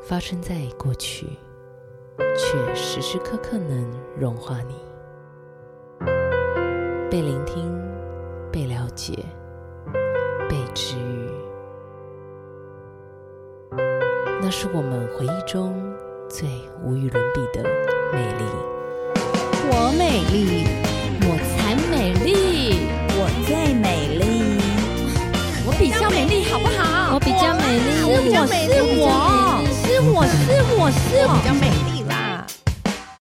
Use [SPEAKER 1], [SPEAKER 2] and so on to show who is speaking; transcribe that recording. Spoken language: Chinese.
[SPEAKER 1] 发生在过去，却时时刻刻能融化你，被聆听，被了解，被治愈。那是我们回忆中最无与伦比的美丽。
[SPEAKER 2] 我美丽，
[SPEAKER 3] 我才美丽，
[SPEAKER 4] 我最美丽，
[SPEAKER 2] 我比较美丽，好不好？
[SPEAKER 3] 我比较美丽，
[SPEAKER 2] 我是我，是我，是我，是我，
[SPEAKER 4] 比较美。